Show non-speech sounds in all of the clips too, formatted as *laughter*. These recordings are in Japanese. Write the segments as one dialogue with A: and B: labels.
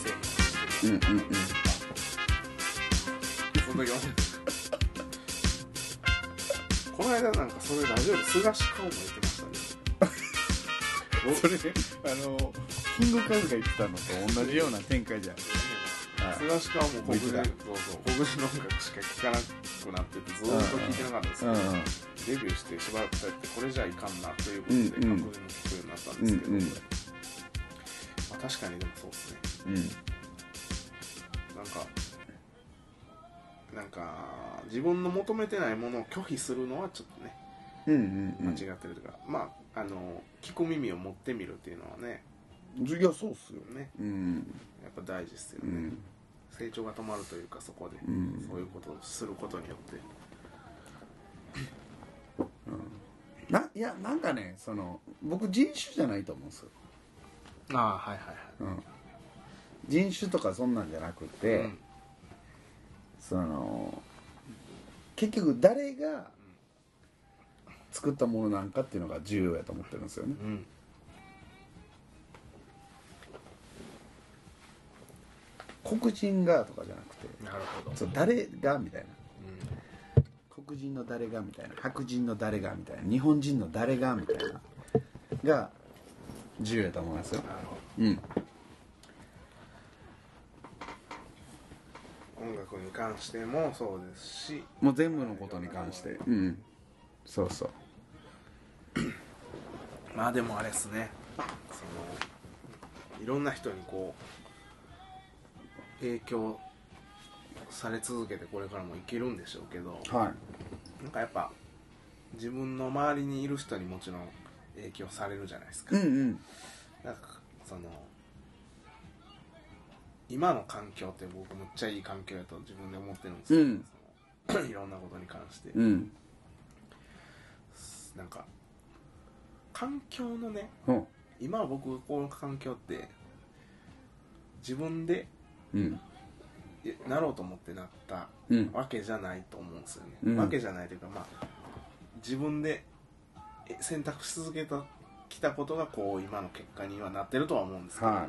A: その時
B: うんうんうん
A: 思うこの間なんかそれラジオで菅氏顔も言ってましたね僕
B: それねあのキングカズが言ってたのと同じような展開じゃん
A: スガシカはもう
B: 向
A: 国
B: いて
A: 人
B: た
A: そうそう国人の音楽しか聴かなくなっててずーっと聴いてなかったんですけ
B: うん
A: ど
B: う
A: デビューしてしばらく経ってこれじゃいかんなということで
B: うん
A: 黒
B: うん
A: 人の聴くようになったんですけど、
B: うんうん
A: まあ、確かにでもそうですね
B: んうん
A: なんかなんか自分の求めてないものを拒否するのはちょっとね
B: うんうん
A: 間違ってるというか、まああの聞く耳を持ってみるっていうのはね
B: いやそうっすよ
A: ね
B: うん
A: やっぱ大事ですよ
B: う
A: ね、
B: ん
A: 成長が止まるというかそこで、
B: ん
A: そういうことをすることによって
B: ないやなんかねその僕人種じゃないと思うんですよ、
A: ああはいはいはい
B: うん、人種とかそんなんじゃなくて、
A: うん
B: その結局誰が作ったものなんかっていうのが重要やと思ってるんですよね
A: うん
B: 黒人がとかじゃなくて
A: なるほど
B: そう誰がみたいな
A: う
B: 黒人の誰がみたいな白人の誰がみたいな日本人の誰がみたいなが重要やと思いますよ
A: ん、なるほ
B: うん
A: ど音楽に関してもそうですし
B: もう全部のことに関してうんそうそう
A: まあでもあれですねそのいろんな人にこう影響され続けてこれからもいけるんでしょうけど
B: はい
A: なんかやっぱ自分の周りにいる人にもちろん影響されるじゃないですか、
B: うんうん
A: なんかその今の環境って僕むっちゃいい環境やと自分で思ってるんですけど、
B: うん
A: その *clears throat* いろんなことに関して、
B: うん
A: なんか環境のね
B: うん
A: 今僕この環境って自分で
B: うん
A: えなろうと思ってなった
B: うん
A: わけじゃないと思うんですよね、
B: うん
A: わけじゃないというかまあ自分でえ選択し続けたきたことがこう今の結果にはなってるとは思うんですけども、
B: はい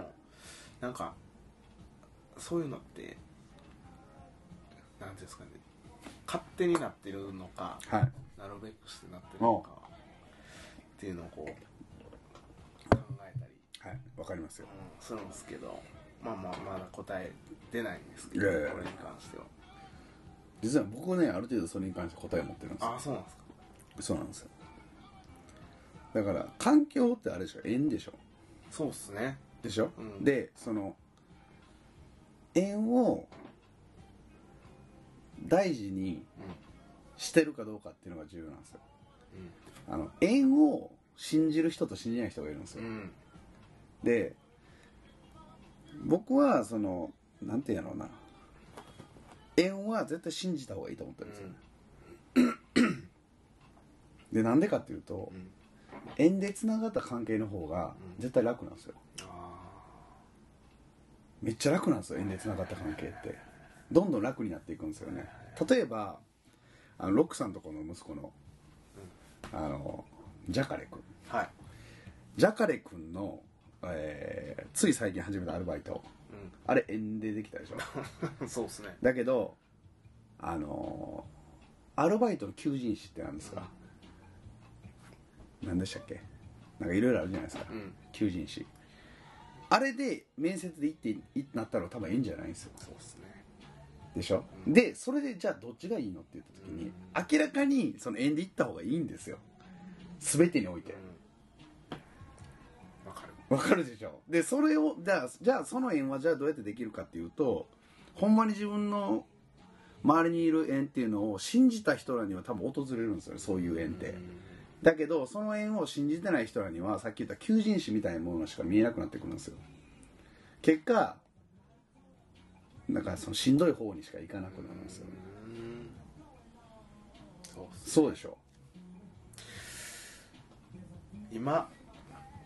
A: なんかそういうのって何ていうんですかね勝手になってるのか
B: はい
A: なるべくしてなってるのかっていうのをこう考えたり
B: はいわかりますよ
A: うんするんですけどまあまあまだ答え出ないんですけど
B: いやいやいや
A: これに関しては
B: 実は僕ねある程度それに関して答え持ってるんです
A: ああ
B: よ
A: そうなんですか
B: そうなんですよだから環境ってあれでしょ縁でしょ
A: そうっすね
B: でしょ、
A: うん
B: でその縁を大事にしてるかどうかっていうのが重要なんですよあの縁を信じる人と信じない人がいるんです
A: う
B: よ、
A: んうん
B: で僕はそのなんて言うんやろうな縁は絶対信じた方がいいと思ってるんですよ、でなんでかっていうと
A: うんうん
B: 縁でつながった関係の方が
A: うん
B: 絶対楽なんですよ
A: あ
B: めっちゃ楽なんですよ縁でつながった関係ってどんどん楽になっていくんですよね例えばあのロックさんとこの息子のあのジャカレ君
A: あはい
B: ジャカレ君の、えーつい最近始めたアルバイトあれ縁ででき
A: *laughs*
B: たでしょ
A: うんそうっすね
B: だけどあのーアルバイトの求人誌って何ですか何でしたっけなんかいろいろあるじゃないですか、
A: うん
B: 求人誌あれで面接で行っていなったら多分縁じゃないんですよ
A: そうっすね
B: でしょ、でそれでじゃあどっちがいいのって言った時に、明らかにその縁で行った方がいいんですよ全てにおいて
A: うんわかる
B: わかるでしょでそれをじゃあじゃあその縁はじゃあどうやってできるかっていうとほんまに自分の周りにいる縁っていうのを信じた人らには多分訪れるんですよねそういう縁って、だけどその縁を信じてない人らにはさっき言った求人誌みたいなものしか見えなくなってくるんですよ結果なんかそのしんどい方にしか行かなくなるんですよね
A: うんそうっす
B: そうでしょ
A: 今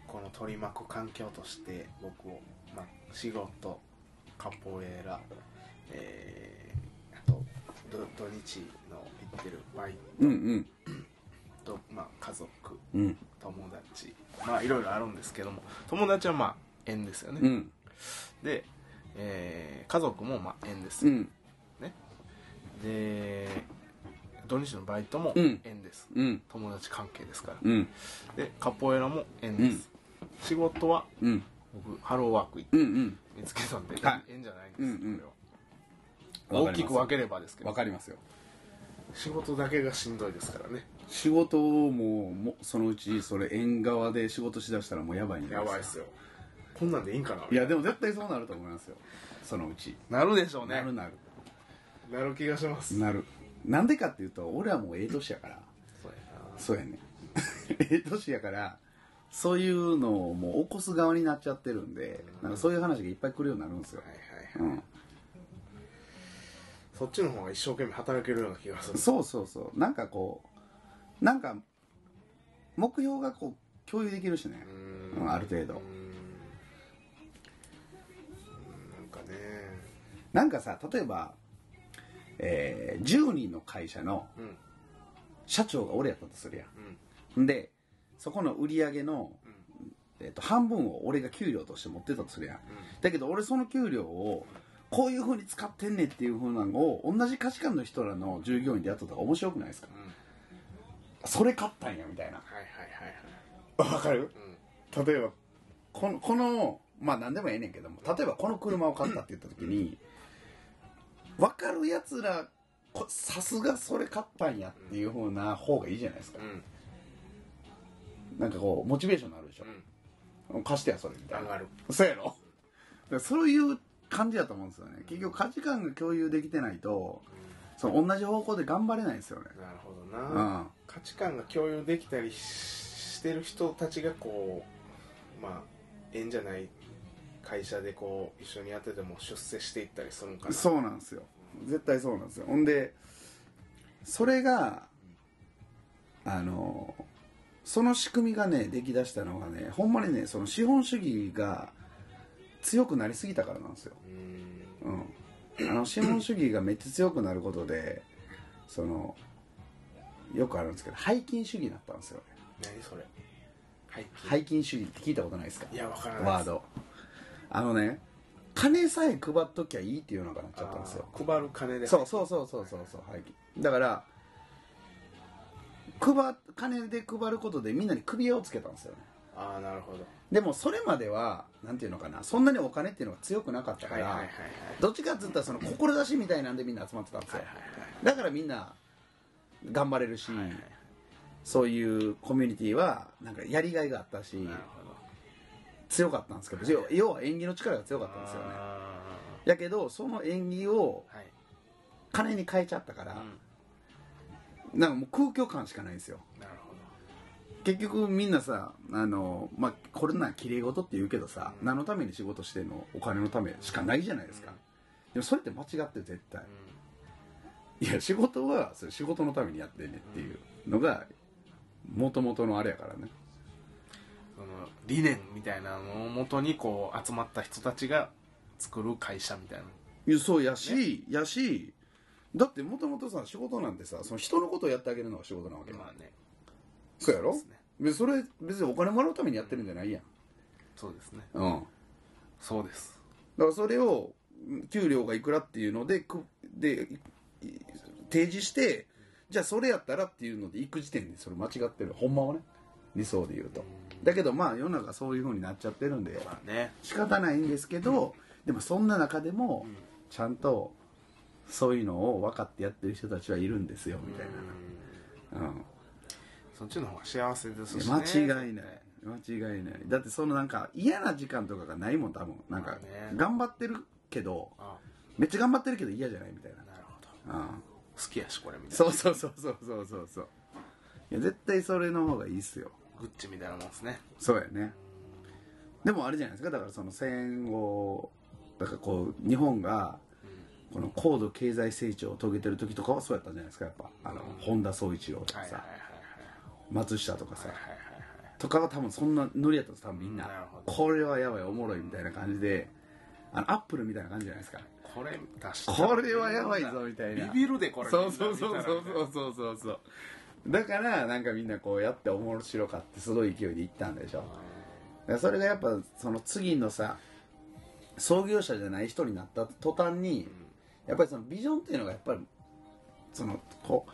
A: この取り巻く環境として僕を、まあ、仕事カポエラえー、あと土土日の行ってるバイ
B: うんうん
A: ト、まあ、家族
B: うん
A: 友達まあいろいろあるんですけども友達はまあ縁ですよね、
B: うん
A: でえー家族もまあ縁です、
B: うん
A: で土日のバイトも
B: うん
A: 縁です、
B: うん
A: 友達関係ですから
B: うん
A: でカポエラも縁です、仕事は
B: うん
A: 僕ハローワーク行って
B: うんうん
A: 見つけたんで、
B: はい
A: 縁じゃないんです、
B: うんうん
A: これは大きく分ければですけ
B: わ
A: ど
B: かりますよ
A: 仕事だけがしんどいですからね
B: 仕事をもうもそのうちそれ縁側で仕事しだしたらもうやばいん
A: やばいっすよこんなんでいいんかない
B: やでも絶対そうなると思いますよそのうち
A: なるでしょうね
B: なるなる
A: なる気がします
B: なるなんでかっていうと俺はもうええ年やから
A: そうやな
B: そうやねええ年やからそういうのをもう起こす側になっちゃってるんでなんかそういう話がいっぱい来るようになるんですよ
A: はいはいはい
B: うん
A: そっちの方が一生懸命働けるような気が *laughs* する
B: そうそうそうなんかこうなんか目標がこう共有できるしね
A: う
B: うんある程
A: う
B: 度
A: んなんかね
B: なんかさ例えば、えー10人の会社の
A: うん
B: 社長が俺やったとするや
A: うん
B: んんでそこの売り上げの、えー、と半分を俺が給料として持ってたとするやんだけど俺その給料をこういう風に使ってんねんっていう風なのを同じ価値観の人らの従業員でやっとったら面白くないですか
A: うんうん
B: それ買ったんやみたいな
A: はいはいはいは
B: わかる
A: いうん
B: 例えばこのこのまあ何でもええねんけども例えばこの車を買ったって言った時に分かるやつらこさすがそれ買ったんやっていう風な方がいいじゃないですか
A: うん
B: なんかこうモチベーションになるでし
A: う
B: ょ貸してやそれみた
A: ん
B: い
A: 上
B: な
A: がる
B: そうやろだからそういう感じだと思うんですよね結局価値観が共有できてないとその同じ方向で頑張れないですよね
A: なるほど
B: う
A: な、
B: ん
A: 価値観が共有できたりししてる人たちがこうまあ縁じゃない会社でこう一緒にやってても出世していったりするんかな
B: そうなんですよ絶対そうなんですよほんでそれがあのその仕組みがね出来だしたのがねほんまにねその資本主義が強くなりすぎたからなんですよ、
A: うーん
B: うん、あの資本主義がめっちゃ強くなることでそのよくあるんですけど背金主義になったんですよね
A: 何それはい
B: 背金主義って聞いたことないですか
A: いやわからない
B: ワードあのね金さえ配っときゃいいっていうのがなっちゃったんですよ
A: あー配る金で
B: そうそうそうそうそうそう廃棄だから配金で配ることでみんなに首輪をつけたんですよね
A: ああなるほど
B: でもそれまではなんていうのかなそんなにお金っていうのが強くなかったか
A: はい
B: ら、
A: はいはいはい
B: どっちかっつったらその志みたいなんでみんな集まってたんですよ、だからみんな頑張れるし、
A: はいはいはい
B: そういうコミュニティはなんかやりがいがあったし、
A: なるほど
B: 強かったんですけど要要は縁起の力が強かったんですよね
A: あ
B: やけどその縁起を
A: ーはい
B: 金に変えちゃったから、
A: うん
B: なんかもう空虚感しかないんですよ
A: なるほ
B: 結局みんなさあのまあこれな綺麗事って言うけどさ、
A: うん
B: 何のために仕事してんのお金のためしかないじゃないですか、でもそれって間違ってる絶対
A: どう
B: いや仕事はそれ仕事のためにやってんねっていうのがもともとのあれやからね
A: んその理念みたいなのをもとにこう集まった人たちが作る会社みたいない
B: やそうやし、やしだってもともとさ仕事なんてさその人のことをやってあげるのが仕事なわけ、
A: まあね
B: そうやろ
A: そうですね
B: でそれ別にお金もらうためにやってるんじゃないやん
A: そうですね
B: うん
A: そうです
B: だからそれをうん給料がいくらっていうのでくでいい提示してじゃあそれやったらっていうので行く時点でそれ間違ってるほんまはね理想で言うとだけどまあ世の中そういう風になっちゃってるんで
A: まあね
B: 仕方ないんですけどでもそんな中でも
A: うん
B: ちゃんとそういうのを分かってやってる人たちはいるんですよみ
A: み
B: た
A: た
B: い
A: いな
B: な、うん、
A: そっちの方が幸せですし、ね、
B: 間違いない間違いないだってそのなんか嫌な時間とかがないもん多分なん
A: ま
B: か
A: あね
B: 頑張ってるけど
A: あ
B: めっちゃ頑張ってるけど嫌じゃないみたい
A: な
B: な
A: るほど
B: うん
A: 好きやしこれみたいな
B: そうそうそうそうそうそうそういや絶対それの方がいいっすよ
A: グッチみたいなもんですね
B: そうやねでもあれじゃないですかだからその戦後だからこう日本がこの高度経済成長を遂げてる時とかはそうやったんじゃないですかやっぱあの本田宗一郎と
A: は
B: か
A: いはいはい
B: さ
A: はい
B: 松下とかさ
A: はいはいはいはい
B: とかは多分そんなノリやったんです多分みんな
A: なるほど
B: これはやばいおもろいみたいな感じであのアップルみたいな感じじゃないですか
A: これ出した
B: これはやばいぞみたいな
A: ビビるでこれ
B: そうそうそうそう
A: みんな見たら
B: そうそうそうそうだからなんかみんなこうやって面白かってすごい勢いで行ったんでしょだからそれがやっぱその次のさ創業者じゃない人になった途端にやっぱりそのビジョンっていうのがやっぱりそのこう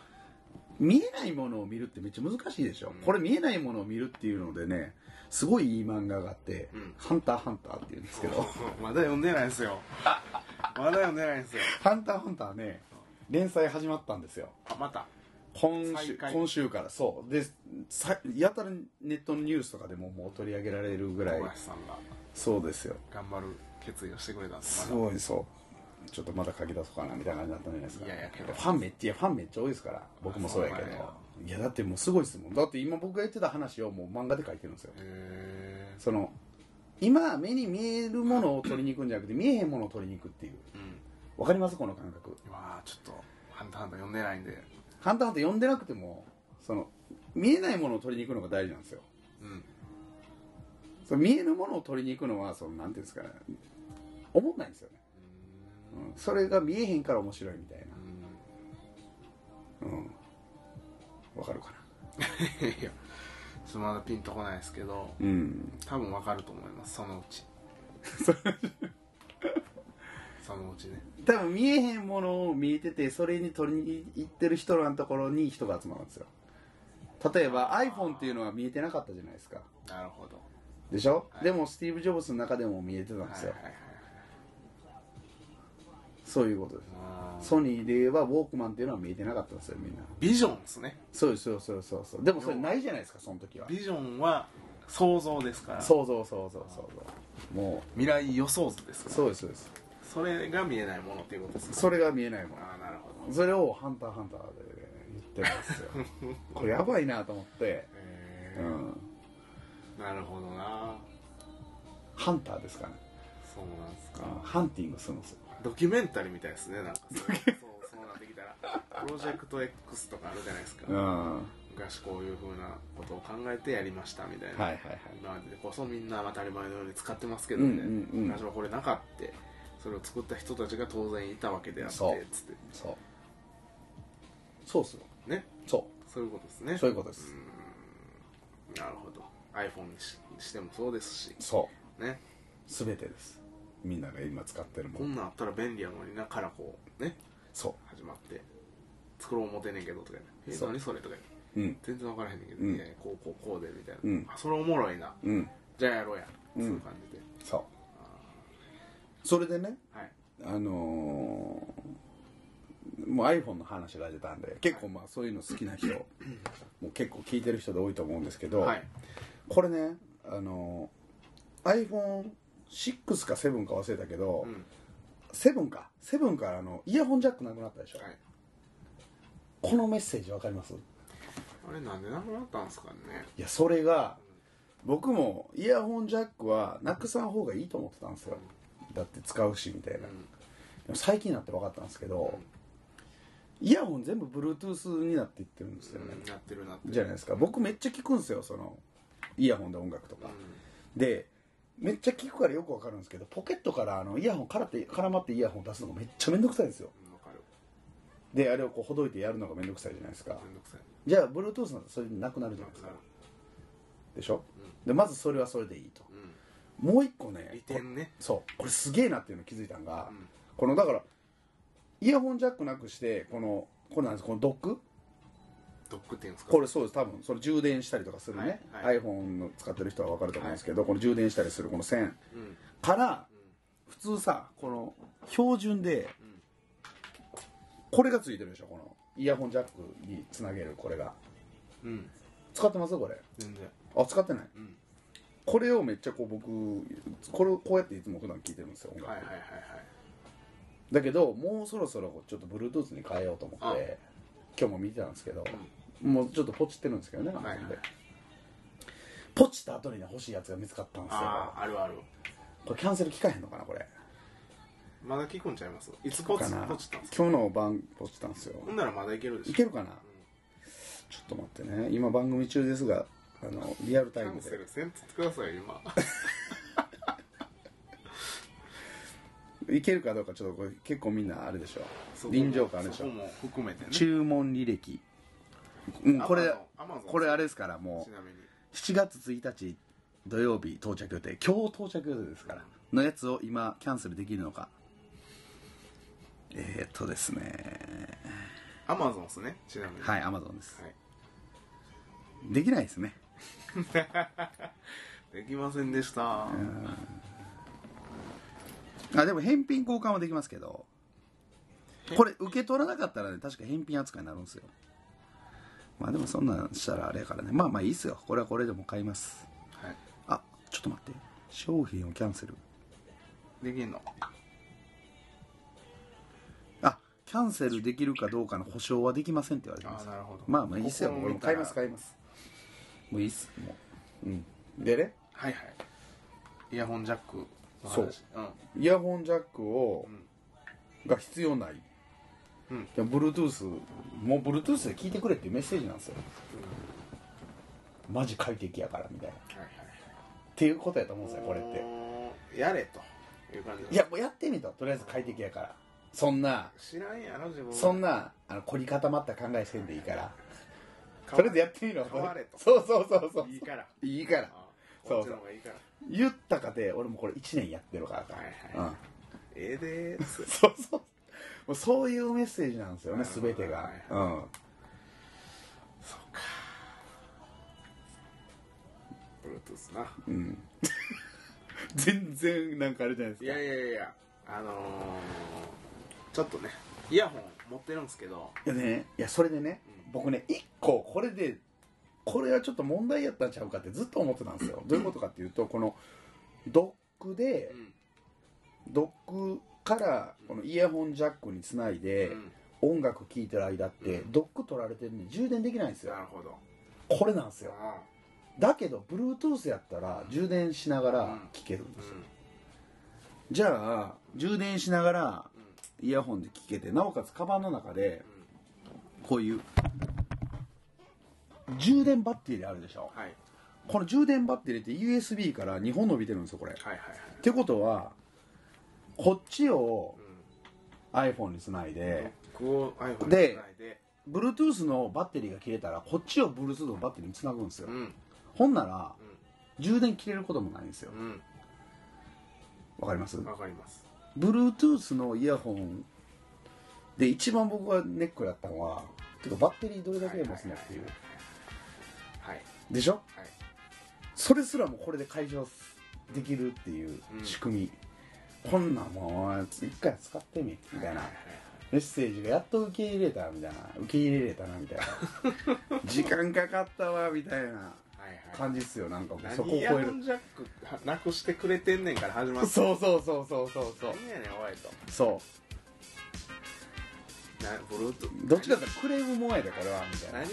B: 見えないものを見るってめっちゃ難しいでしょ、
A: うん
B: これ見えないものを見るっていうのでねすごいいい漫画があって「
A: うん
B: ハンターハンター」っていうんですけど
A: *laughs* まだ読んでないんですよまだ読んでないんですよ
B: 「ハンターハンターね」連載始まったんですよ
A: あまた
B: 今
A: 再
B: 週
A: 開
B: 今週からそうでさやたらネットのニュースとかでももう取り上げられるぐらい
A: 小林さんが
B: そうですよ
A: 頑張る決意をしてくれたんです
B: す
A: まだ
B: ごいそうちょっとまだ書き出そうかなみたいな感じだったんじゃないですか
A: いやいやけど
B: ファンめっちゃいやファンめっちゃ多いですから僕もそうや
A: そう
B: け
A: なんや
B: どいやだってもうすごいですもんだって今僕が言ってた話をもう漫画で書いてるんですよ
A: へ
B: その今目に見えるものを取りに行くんじゃなくて見えへんものを取りに行くっていう
A: えうん
B: わかりますこの感覚
A: うわーちょっと「ハンターハンター」読んでないんで
B: ハンターハンター読んでなくてもその見えないものを取りに行くのが大事なんですよ
A: うん
B: その見えるものを取りに行くのはそのなんていうんですかね思んないんですよね、うん、それが見えへんから面白いみたいな
A: うん *laughs*
B: うんわかるかない
A: やちょっとまだピンとこないですけど
B: うん
A: 多分わかると思いますそのう
B: *laughs*
A: ちそのうちね
B: 多分見えへんものを見えててそれに取りに行ってる人らのところに人が集まるんですよ例えば iPhone っていうのは見えてなかったじゃないですか
A: なるほど
B: でしょ、
A: はい
B: でもスティーブ・ジョブズの中でも見えてたんで
A: は
B: す
A: い
B: よ、
A: はいはい
B: そういうことで
A: あー
B: すソニーで言えばウォークマンっていうのは見えてなかったんですよみんな
A: ビジョンですね
B: そうですそうそうそうそうでもそれないじゃないですかその時は
A: ビジョンは想像ですから
B: そうそうそうそうそうそうも
A: 未来予想図です
B: う
A: から
B: そうですそうです
A: それが見えないものっていうことですね
B: それが見えないもん
A: ああなるほど
B: それを「ハンターハンター」で言ってますよ *laughs* これやばいなと思って、
A: へ
B: う
A: え
B: ん、
A: なるほどな
B: ハンターですかね
A: そうなんです
B: うん
A: か
B: ハンティングするんですよ
A: ドキュメンタリーみたいですねなんか
B: *laughs*
A: そうそうなってきたらプロジェクト X とかあるじゃないですか
B: うんは
A: 昔こういうふうなことを考えてやりましたみたいな、
B: いはいはい
A: 今までこそみんな当たり前のように使ってますけど
B: うん
A: ね、
B: うんうん
A: 昔はこれなかったそれを作った人たちが当然いたわけであって
B: そう
A: つって
B: そうそうっすよ
A: ね
B: そ
A: そういうことですね
B: うそういうことです
A: うんなるほど iPhone にしにしてもそうですし
B: そ
A: ね
B: う全てですみんなが今使ってるも
A: こ
B: ん
A: んなんあったら便利やのになからこうね
B: そ
A: 始まって作ろう思てんねんけどとかね「え
B: そう
A: 何それ?」とか言って
B: うう
A: 全
B: ん
A: 然分からへんねんけど、
B: うん
A: いやいやこうこうこうでみたいな、
B: うん
A: あそれおもろいな
B: うん
A: じゃあやろうや、
B: うん
A: そういう感じで
B: そうそれでね
A: はい
B: あのーもう iPhone の話が出たんで結構まあそういうの好き
A: *clears throat*
B: な人もう結構聞いてる人で多いと思うんですけど、
A: はい
B: これねあのー iPhone6 か7か忘れたけど、
A: うん
B: 7か7からあのイヤホンジャックなくなったでしょ、
A: はい
B: このメッセージわかります
A: あれなんでなくなったんですかね
B: いやそれが僕もイヤホンジャックはなくさん方がいいと思ってたんですよだって使うしみたいな、でも最近になって分かったんですけど、イヤホン全部 Bluetooth になっていってるんですよね、
A: やってるなってる
B: じゃないですか僕めっちゃ聞くんですよそのイヤホンで音楽とか、でめっちゃ聞くからよくわかるんですけどポケットからあのイヤホンからって絡まってイヤホン出すのがめっちゃめんどくさいんですよ
A: うんわかる
B: であれをこうほどいてやるのがめんどくさいじゃないですか
A: めんどくさい
B: じゃあ Bluetooth なんてそれなくなるじゃ
A: な
B: ない
A: く
B: です
A: な
B: か
A: る
B: でしょでまずそれはそれでいいと
A: うん
B: もう一個ね
A: 利点ね
B: そうこれすげえなっていうの気づいたんが、
A: うん
B: このだからイヤホンジャックなくしてこのこれなんですこのドック
A: ドックっていうんですか
B: これそうです多分それ充電したりとかするね、
A: はいはい
B: iPhone の使ってる人は分かると思うんですけど、この充電したりするこの線
A: うん
B: から
A: うん
B: 普通さこの標準で
A: うん
B: これがついてるでしょこのイヤホンジャックにつなげるこれが
A: うん
B: 使ってますこれ
A: 全然
B: あ使ってない
A: うん
B: これをめっちゃこう僕これをこうやっていつも普段聞いてるんですよ音楽、
A: はいはいはいはい
B: だけどもうそろそろちょっと Bluetooth に変えようと思って今日も見てたんですけど、もうちょっとポチってるんですけどね、
A: はいはい
B: Amazon でポチった後にね欲しいやつが見つかったんですよ
A: あああるある
B: これキャンセル聞かへんのかなこれ
A: まだ聞くんちゃいますいつポ
B: か
A: チ
B: な
A: ポチったんですか
B: 今日の晩ポチったんですよ
A: ほんならまだいけるでしょ
B: いけるかなちょっと待ってね今番組中ですがあのリアルタ
A: キ
B: イ
A: ャン
B: ム
A: セ
B: で
A: ルせんとってくださいよ今
B: いけるかどうかちょっとこれ結構みんなあれでし
A: そこ
B: ょ
A: も
B: *laughs* 臨場感あるでし
A: そ
B: ょ
A: こも含めてね
B: 注文履歴、うん、これ
A: Amazon
B: これあれですからも
A: ち
B: う
A: なみに
B: 7月1日土曜日到着予定今日到着予定ですからのやつを今キャンセルできるのかえー、っとですね
A: アマゾンですねちなみに
B: はい Amazon です
A: はい
B: できないですね
A: できませんでした
B: あでも返品交換はできますけどこれ受け取らなかったらね確か返品扱いになるんですよまあでもそんなんしたらあれやからねまあまあいいっすよこれはこれでも買います
A: はい
B: あちょっと待って商品をキャンセル
A: できんの
B: あキャンセルできるかどうかの保証はできませんって言われて
A: あ
B: ま
A: あ
B: す
A: なるほど
B: まあまあいいっすよ
A: ここを
B: 俺
A: 見
B: も
A: たら
B: 買います買いますもういいっすもううんでね
A: はいはいイヤホンジャックの話
B: そう
A: うん
B: イヤホンジャックを、が必要ない、
A: うん
B: いや Bluetooth もう Bluetooth で聞いてくれっていうメッセージなんですよ、マジ快適やからみたいなっ
A: はい
B: ていうことやと思うんです
A: はい
B: よこれって
A: てやれという感じ
B: いやもうやってみたとりあえず快適やからそんな
A: 知らんやろ自分
B: そんなあの凝り固まった考えせんでいいから
A: 買わ
B: とりあえずやってみろ
A: 買われと
B: そうそうそうそう
A: いい
B: *laughs*
A: から
B: いいから
A: ああ
B: そ
A: こ
B: う
A: っちの方がいいから
B: 言ったかて俺もこれ1年やってるから
A: はい
B: うん
A: はいええでーす
B: *laughs* そうそうもうそういうメッセージなんですよね全てがうん
A: そうか Bluetooth な
B: うん、全然なんかあれじゃないです
A: い
B: か
A: やいやいやあのー、ちょっとねイヤホン持ってるんですけど
B: いやねいやそれでね僕ね1個これでこれはちょっと問題やったんちゃうかってずっと思ってたんですよどういうことかっていうとこのドックで
A: うん
B: ドックからこのイヤホンジャックにつないうで
A: ん
B: 音楽聴いてる間って
A: う
B: ドック取られてるんで充電できないんですよ
A: なるほど
B: これなんですよ
A: あ
B: だけど Bluetooth やったら充電しながら聴けるん
A: あう
B: ですよ
A: ん
B: じゃあ充電しながら
A: うん
B: イヤホンで聴けてなおかつカバンの中で
A: うん
B: こういう充電バッテリーあるでしょ
A: はいはい
B: この充電バッテリーって USB から2本伸びてるんですよこれっ
A: はいはい
B: てことはこっちを
A: うん
B: iPhone につないで
A: 僕を iPhone
B: で
A: につないで
B: Bluetooth のバッテリーが切れたらこっちを Bluetooth のバッテリーにつなぐんですよ
A: うん
B: ほんなら充電切れることもないんですよ
A: うん
B: わかります
A: うんわかります
B: Bluetooth のイヤホンで一番僕がネックだったのはてかバッテリーどれだけで持つのっていう
A: はい
B: でしょ
A: はい
B: それすらもこれで解消できるっていう
A: うん
B: 仕組み、こんなんもう一回使ってみみたいなメッセージがやっと受け入れたみたいな受け入れれたなみ
A: *laughs*
B: たいな時間かかったわみたいな
A: はいはい
B: 感じっすよなんかもうそこ
A: 何
B: を
A: イヤホ
B: 超える
A: ンジャックなくしてくれてんねんから始まる
B: そうそうそうそうそうそう
A: 何やねんおいと
B: そ
A: な Bluetooth
B: うどっちかっていうとクレームもんやでこれはみたいな
A: 何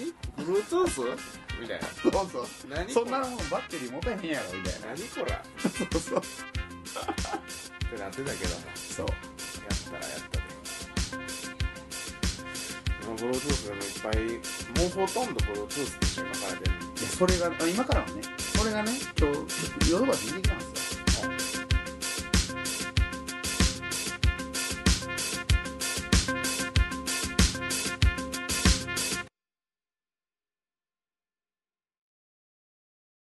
A: Bluetooth? みたいな
B: そうそう
A: 何
B: そ
A: こ
B: ん
A: れ
B: なもんバッテリー持たへんやろみたいな
A: 何こらっ
B: そうそう
A: てなってたけども
B: そう
A: やったらやったで今 Bluetooth でもいっぱいもうほとんど Bluetooth でしょ今から出る
B: いやそれがあ今からはねそれがね今日ヨドバシに行ってきたんですよ